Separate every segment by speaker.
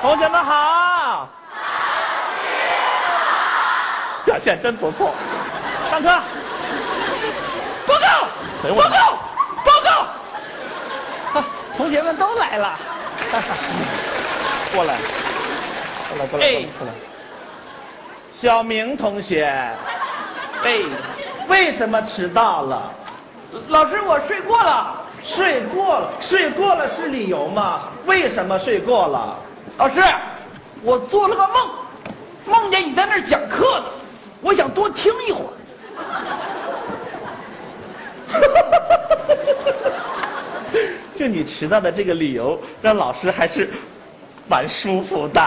Speaker 1: 同学们好。表现真不错。上课。
Speaker 2: 报告，
Speaker 1: 哎呦我
Speaker 2: 报
Speaker 1: 的妈
Speaker 2: 告，报告、啊同学们都来了，
Speaker 1: 过来，过来，过来，
Speaker 2: 哎
Speaker 1: 过来过来。小明同学，
Speaker 2: 哎，
Speaker 1: 为什么迟到了？
Speaker 2: 老师，我睡过了。
Speaker 1: 睡过了，睡过了是理由吗？为什么睡过了？
Speaker 2: 老师，我做了个梦，梦见你在那儿讲课呢，我想多听一会儿。
Speaker 1: 就你迟到的这个理由，让老师还是蛮舒服的。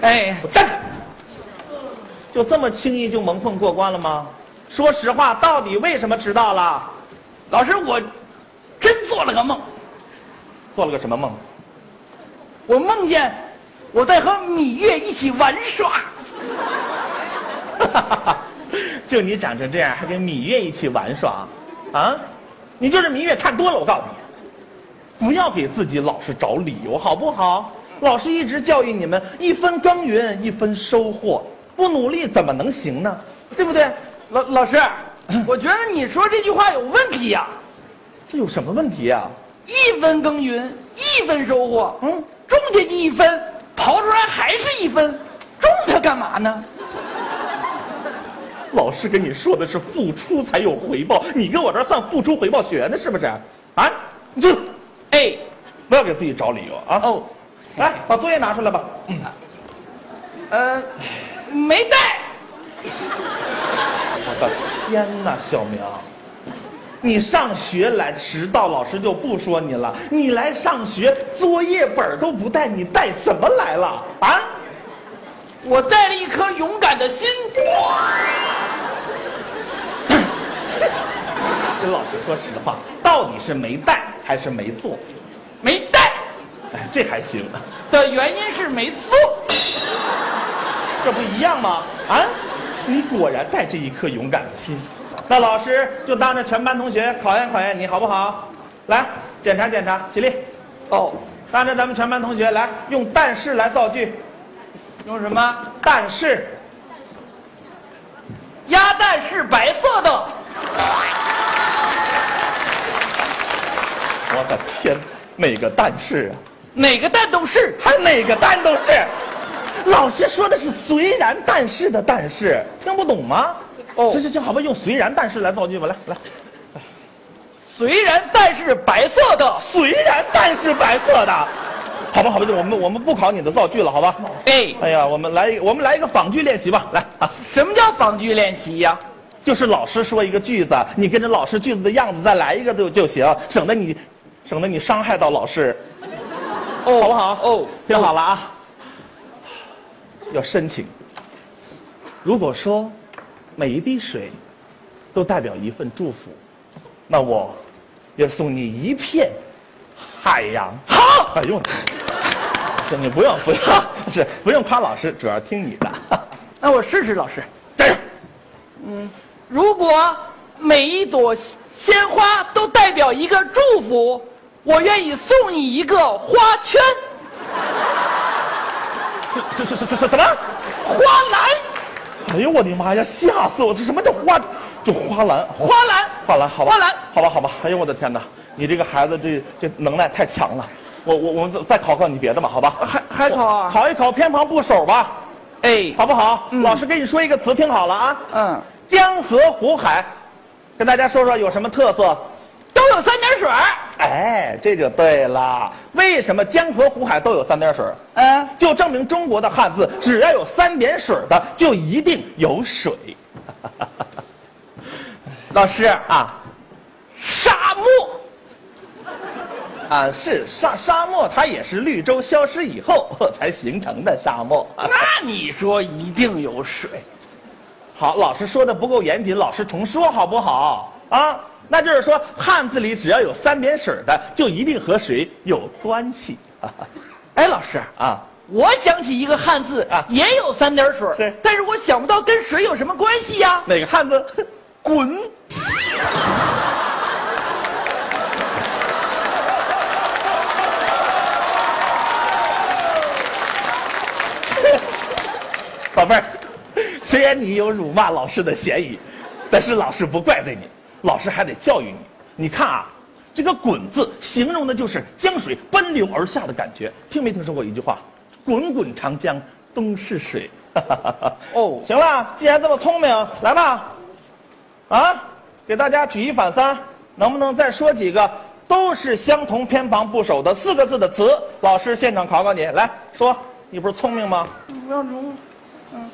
Speaker 2: 哎，
Speaker 1: 但是，就这么轻易就蒙混过关了吗？说实话，到底为什么迟到了？
Speaker 2: 老师，我真做了个梦，
Speaker 1: 做了个什么梦？
Speaker 2: 我梦见我在和芈月一起玩耍。
Speaker 1: 就你长成这样，还跟芈月一起玩耍，啊？你就是芈月看多了，我告诉你，不要给自己老是找理由，好不好？老师一直教育你们，一分耕耘一分收获，不努力怎么能行呢？对不对？
Speaker 2: 老老师，我觉得你说这句话有问题呀、
Speaker 1: 这有什么问题呀、啊
Speaker 2: 一分耕耘一分收获，
Speaker 1: 嗯，
Speaker 2: 种下去一分，刨出来还是一分，种它干嘛呢？
Speaker 1: 老师跟你说的是付出才有回报，你跟我这儿算付出回报学呢，是不是？啊，你就
Speaker 2: 哎，
Speaker 1: 不要给自己找理由啊！
Speaker 2: 哦，
Speaker 1: 来，把作业拿出来吧。
Speaker 2: 呃，没带，
Speaker 1: 我的天哪，小明，你上学来迟到，老师就不说你了。你来上学，作业本儿都不带，你带什么来了啊？
Speaker 2: 我带了一颗勇敢的心。
Speaker 1: 跟老师说实话，到底是没带还是没做？
Speaker 2: 没带
Speaker 1: 哎，这还行，
Speaker 2: 的原因是没做。
Speaker 1: 这不一样吗？啊，你果然带着一颗勇敢的心。那老师就当着全班同学考验考验你好不好？来，检查检查，起立，
Speaker 2: 哦，
Speaker 1: 当着咱们全班同学来用但是来造句，
Speaker 2: 用什么？
Speaker 1: 但是。
Speaker 2: 鸭蛋是白色的。
Speaker 1: 我的天，哪个蛋是啊？
Speaker 2: 哪个蛋都是。
Speaker 1: 还哪个蛋都是？老师说的是虽然但是的但是，听不懂吗？
Speaker 2: 哦
Speaker 1: 行行行，好吧，用虽然但是来造句吧，来来，
Speaker 2: 虽然蛋是白色的，
Speaker 1: 虽然但是白色的，好吧好吧，我们我们不考你的造句了，好吧？
Speaker 2: 哎，
Speaker 1: 哎呀，我们来一个我们来一个仿句练习吧，来啊，
Speaker 2: 什么叫仿句练习呀、
Speaker 1: 就是老师说一个句子，你跟着老师句子的样子再来一个就就行，省得你，省得你伤害到老师。
Speaker 2: 哦，
Speaker 1: 好不好？
Speaker 2: 哦，
Speaker 1: 听好了啊，要深情。如果说每一滴水都代表一份祝福，那我要送你一片海洋。
Speaker 2: 好，
Speaker 1: 哎呦，这你不用不用，是不用夸老师，主要听你的。
Speaker 2: 那我试试，老师。
Speaker 1: 加油！
Speaker 2: 如果每一朵鲜花都代表一个祝福，我愿意送你一个花圈、
Speaker 1: 这这这这这什么？
Speaker 2: 花篮、
Speaker 1: 哎呦我的妈呀！吓死我！这什么叫花？这花篮花
Speaker 2: 花篮、
Speaker 1: 花篮，好吧，
Speaker 2: 花篮
Speaker 1: 好吧，好吧。哎呦，我的天哪，你这个孩子这这能耐太强了。我我我们再再考考你别的吧，好吧？
Speaker 2: 还还考啊
Speaker 1: 考一考偏旁部首吧，
Speaker 2: 哎，
Speaker 1: 好不好？
Speaker 2: 嗯
Speaker 1: 老师给你说一个词，听好了啊，
Speaker 2: 嗯，
Speaker 1: 江河湖海，跟大家说说有什么特色？
Speaker 2: 都有三点水儿。
Speaker 1: 哎，这就对了。为什么江河湖海都有三点水儿？
Speaker 2: 嗯，
Speaker 1: 就证明中国的汉字只要有三点水儿的，就一定有水
Speaker 2: 老师，
Speaker 1: 啊
Speaker 2: 沙漠
Speaker 1: 啊！是沙沙漠，它也是绿洲消失以后才形成的沙漠。
Speaker 2: 啊那你说一定有水。
Speaker 1: 好，老师说的不够严谨，老师重说好不好？啊，那就是说汉字里只要有三点水的，就一定和水有关系啊
Speaker 2: 哎，老师，
Speaker 1: 啊！
Speaker 2: 我想起一个汉字
Speaker 1: 啊
Speaker 2: 也有三点水儿，
Speaker 1: 是
Speaker 2: 但是我想不到跟水有什么关系呀、
Speaker 1: 哪个汉字？ 滚！虽然你有辱骂老师的嫌疑，但是老师不怪罪你，老师还得教育你。你看啊，这个“滚”字形容的就是江水奔流而下的感觉。听没听说过一句话？“滚滚长江东逝水。”
Speaker 2: 哦
Speaker 1: 行了，既然这么聪明，来吧，啊，给大家举一反三，能不能再说几个都是相同偏旁部首的四个字的词？老师现场考考你，来说，你不是聪明吗？
Speaker 2: 不要容，嗯，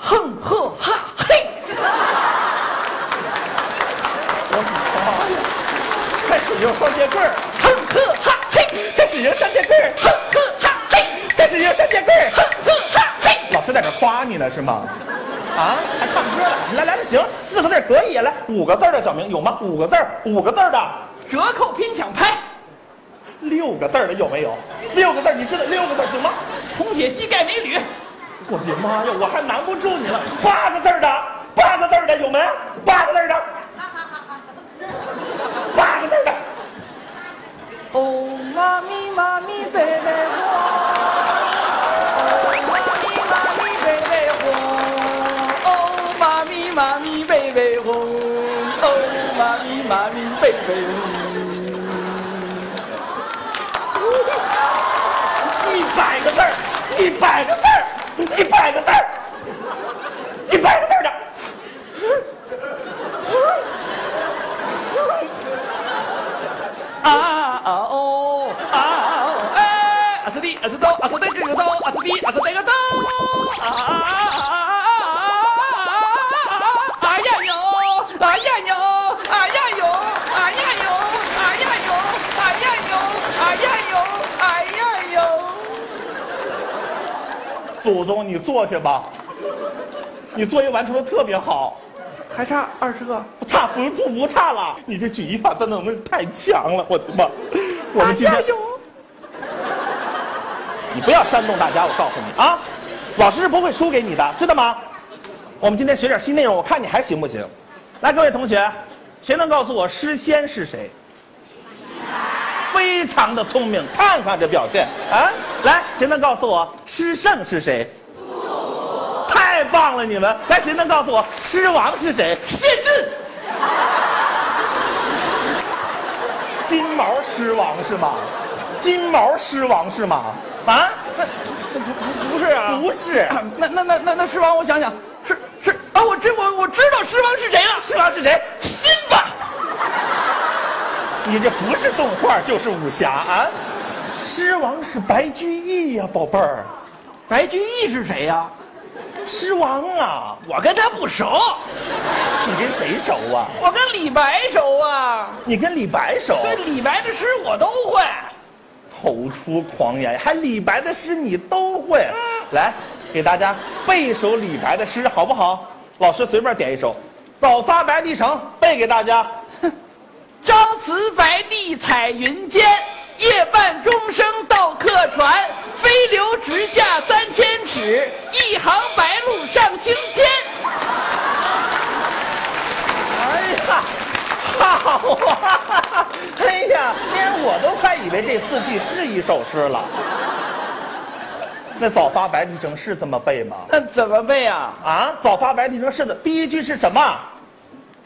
Speaker 2: 哼呵哈嘿，
Speaker 1: 开始用双截棍儿，
Speaker 2: 哼呵哈嘿，
Speaker 1: 开始用双截棍儿，
Speaker 2: 哼呵哈嘿，
Speaker 1: 开始用双截棍儿。
Speaker 2: 哼呵哈嘿。
Speaker 1: 老师在这夸你呢是吗？啊，还唱歌了？来来来，行，四个字儿可以，来五个字儿的小明有吗？五个字儿，五个字儿的。
Speaker 2: 折扣拼抢拍，
Speaker 1: 六个字儿的有没有？六个字儿，你知道六个字儿行吗？
Speaker 2: 红铁膝盖美女，
Speaker 1: 我的妈呀，我还难不住你了。八个字儿的，八个字儿的有没有？八个字儿的，八个字儿的，
Speaker 2: 哦妈咪妈咪贝贝火，哦妈咪妈咪贝贝火，哦妈咪妈咪贝贝火，哦妈咪妈咪贝贝火。
Speaker 1: 一百个字儿，一百个字儿，一百个字儿，一百个字儿的。
Speaker 2: 啊啊哦啊哦哎，啊是的，啊是刀，啊是那个刀，啊是的，啊是那个刀，啊啊啊啊啊啊啊啊啊呀哟，啊呀哟，啊呀哟，啊呀哟，啊呀哟，啊呀哟，啊呀哟，啊呀哟。
Speaker 1: 祖宗，你坐下吧，你作业完成的特别好，
Speaker 2: 还差二十个，
Speaker 1: 不差不不不差了。你这举一反三的能力太强了，我的妈！我们今天。你不要煽动大家，我告诉你啊，老师是不会输给你的，知道吗？我们今天学点新内容，我看你还行不行？来，各位同学，谁能告诉我诗仙是谁？非常的聪明，看看这表现啊！来，谁能告诉我诗圣是谁？太棒了，你们！来，谁能告诉我诗王是谁？谢晋，金毛狮王是吗？金毛狮王是吗？啊？
Speaker 2: 不是啊，
Speaker 1: 不是，
Speaker 2: 那那那那那狮王，我想想，是是啊，我知我我知道狮王是谁了，
Speaker 1: 狮王是谁？
Speaker 2: 辛巴。
Speaker 1: 你这不是动画就是武侠啊！狮王是白居易呀、宝贝儿，
Speaker 2: 白居易是谁呀、
Speaker 1: 狮王啊，
Speaker 2: 我跟他不熟，
Speaker 1: 你跟谁熟啊？
Speaker 2: 我跟李白熟啊。
Speaker 1: 你跟李白熟，
Speaker 2: 对李白的诗我都会。
Speaker 1: 口出狂言，还李白的诗你都会。来，给大家背一首李白的诗好不好？老师随便点一首，《早发白帝城》背给大家。
Speaker 2: 朝辞白帝彩云间，夜半钟声到客船。飞流直下三千尺，一行白鹭上青天。
Speaker 1: 哎呀，好啊！哎呀，连我都快以为这四句是一首诗了。那早发白帝城是这么背吗？
Speaker 2: 那怎么背啊？
Speaker 1: 啊，早发白帝城是的，第一句是什么？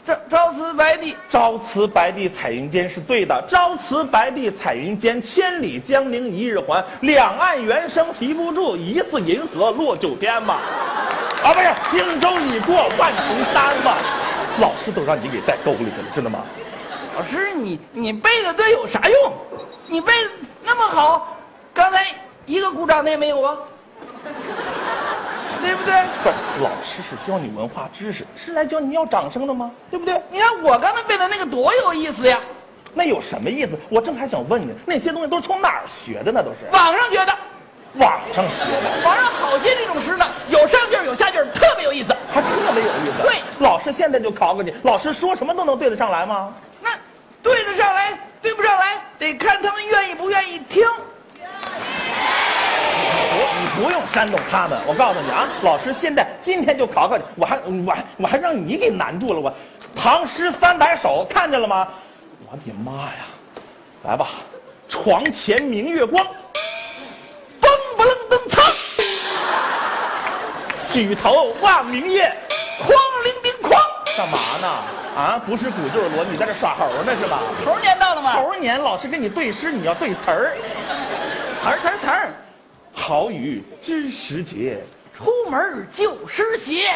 Speaker 2: 朝朝辞白帝，
Speaker 1: 朝辞白帝彩云间是对的。朝辞白帝彩云间，千里江陵一日还。两岸猿声啼不住，疑似银河落九天嘛。啊，不是，轻舟已过万重山嘛。老师都让你给带沟里去了，知道吗？
Speaker 2: 老师你你背的对有啥用？你背得那么好，刚才一个鼓掌的也没有啊，对不对？
Speaker 1: 不是，老师是教你文化知识，是来教你要掌声的吗？对不对？
Speaker 2: 你看我刚才背的那个多有意思呀！
Speaker 1: 那有什么意思？我正还想问你，那些东西都是从哪儿学的呢？都是
Speaker 2: 网上学的，
Speaker 1: 网上学的，
Speaker 2: 网上好些那种诗呢，有上句儿有下句儿，特别有意思。
Speaker 1: 还特别有意思。
Speaker 2: 对
Speaker 1: 老师现在就考考你，老师说什么都能对得上来吗？
Speaker 2: 那对得上来，对不上来，得看他们愿意不愿意听。
Speaker 1: 不，你不用煽动他们。我告诉你啊，老师现在今天就考考你，我还我还我还让你给难住了。我，唐诗三百首看见了吗？我的妈呀！来吧，床前明月光。
Speaker 2: 嘣不楞登噌，
Speaker 1: 举头望明月，
Speaker 2: 哐铃叮哐，
Speaker 1: 干嘛呢？啊，不是鼓就是锣，你在这耍猴呢是吧？
Speaker 2: 猴年到了吗？
Speaker 1: 猴年老师跟你对诗，你要对词儿。
Speaker 2: 词儿词儿词儿，
Speaker 1: 好雨知时节，
Speaker 2: 出门就湿鞋，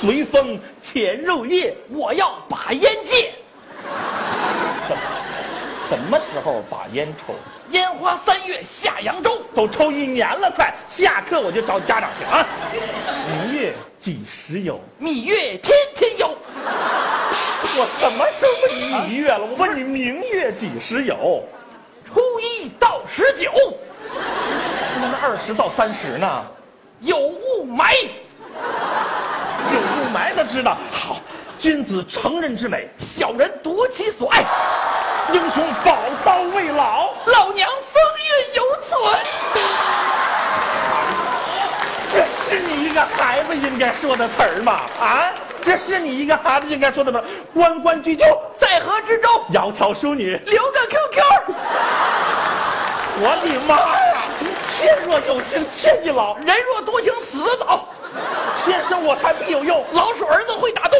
Speaker 1: 随风潜入夜。
Speaker 2: 我要把烟戒，
Speaker 1: 什么时候把烟抽？
Speaker 2: 烟花三月下扬州，
Speaker 1: 都抽一年了，快下课我就找家长去啊！明月几时有？
Speaker 2: 蜜月天天有。
Speaker 1: 我什么时候问你明月了？我问你明月几时有？
Speaker 2: 初一到十九
Speaker 1: 那么二十到三十呢？
Speaker 2: 有雾霾，
Speaker 1: 有雾霾的知道。好，君子成人之美，
Speaker 2: 小人夺其所爱，
Speaker 1: 英雄宝刀未老。
Speaker 2: 老娘风韵犹存。
Speaker 1: 这是你一个孩子应该说的词儿吗？啊，这是你一个孩子应该说的词儿。关关雎鸠，
Speaker 2: 在河之洲
Speaker 1: 窈窕淑女。
Speaker 2: 留个 QQ，
Speaker 1: 我的妈呀！天若有情天亦老，
Speaker 2: 人若多情死得早，
Speaker 1: 天生我材必有用。
Speaker 2: 老鼠儿子会打洞，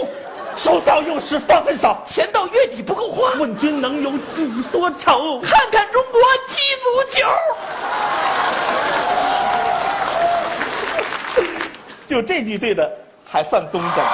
Speaker 1: 收到用时方恨少。
Speaker 2: 钱到月底不够花。
Speaker 1: 问君能有几多愁？
Speaker 2: 看看中国踢足球，
Speaker 1: 就这句对的还算工整。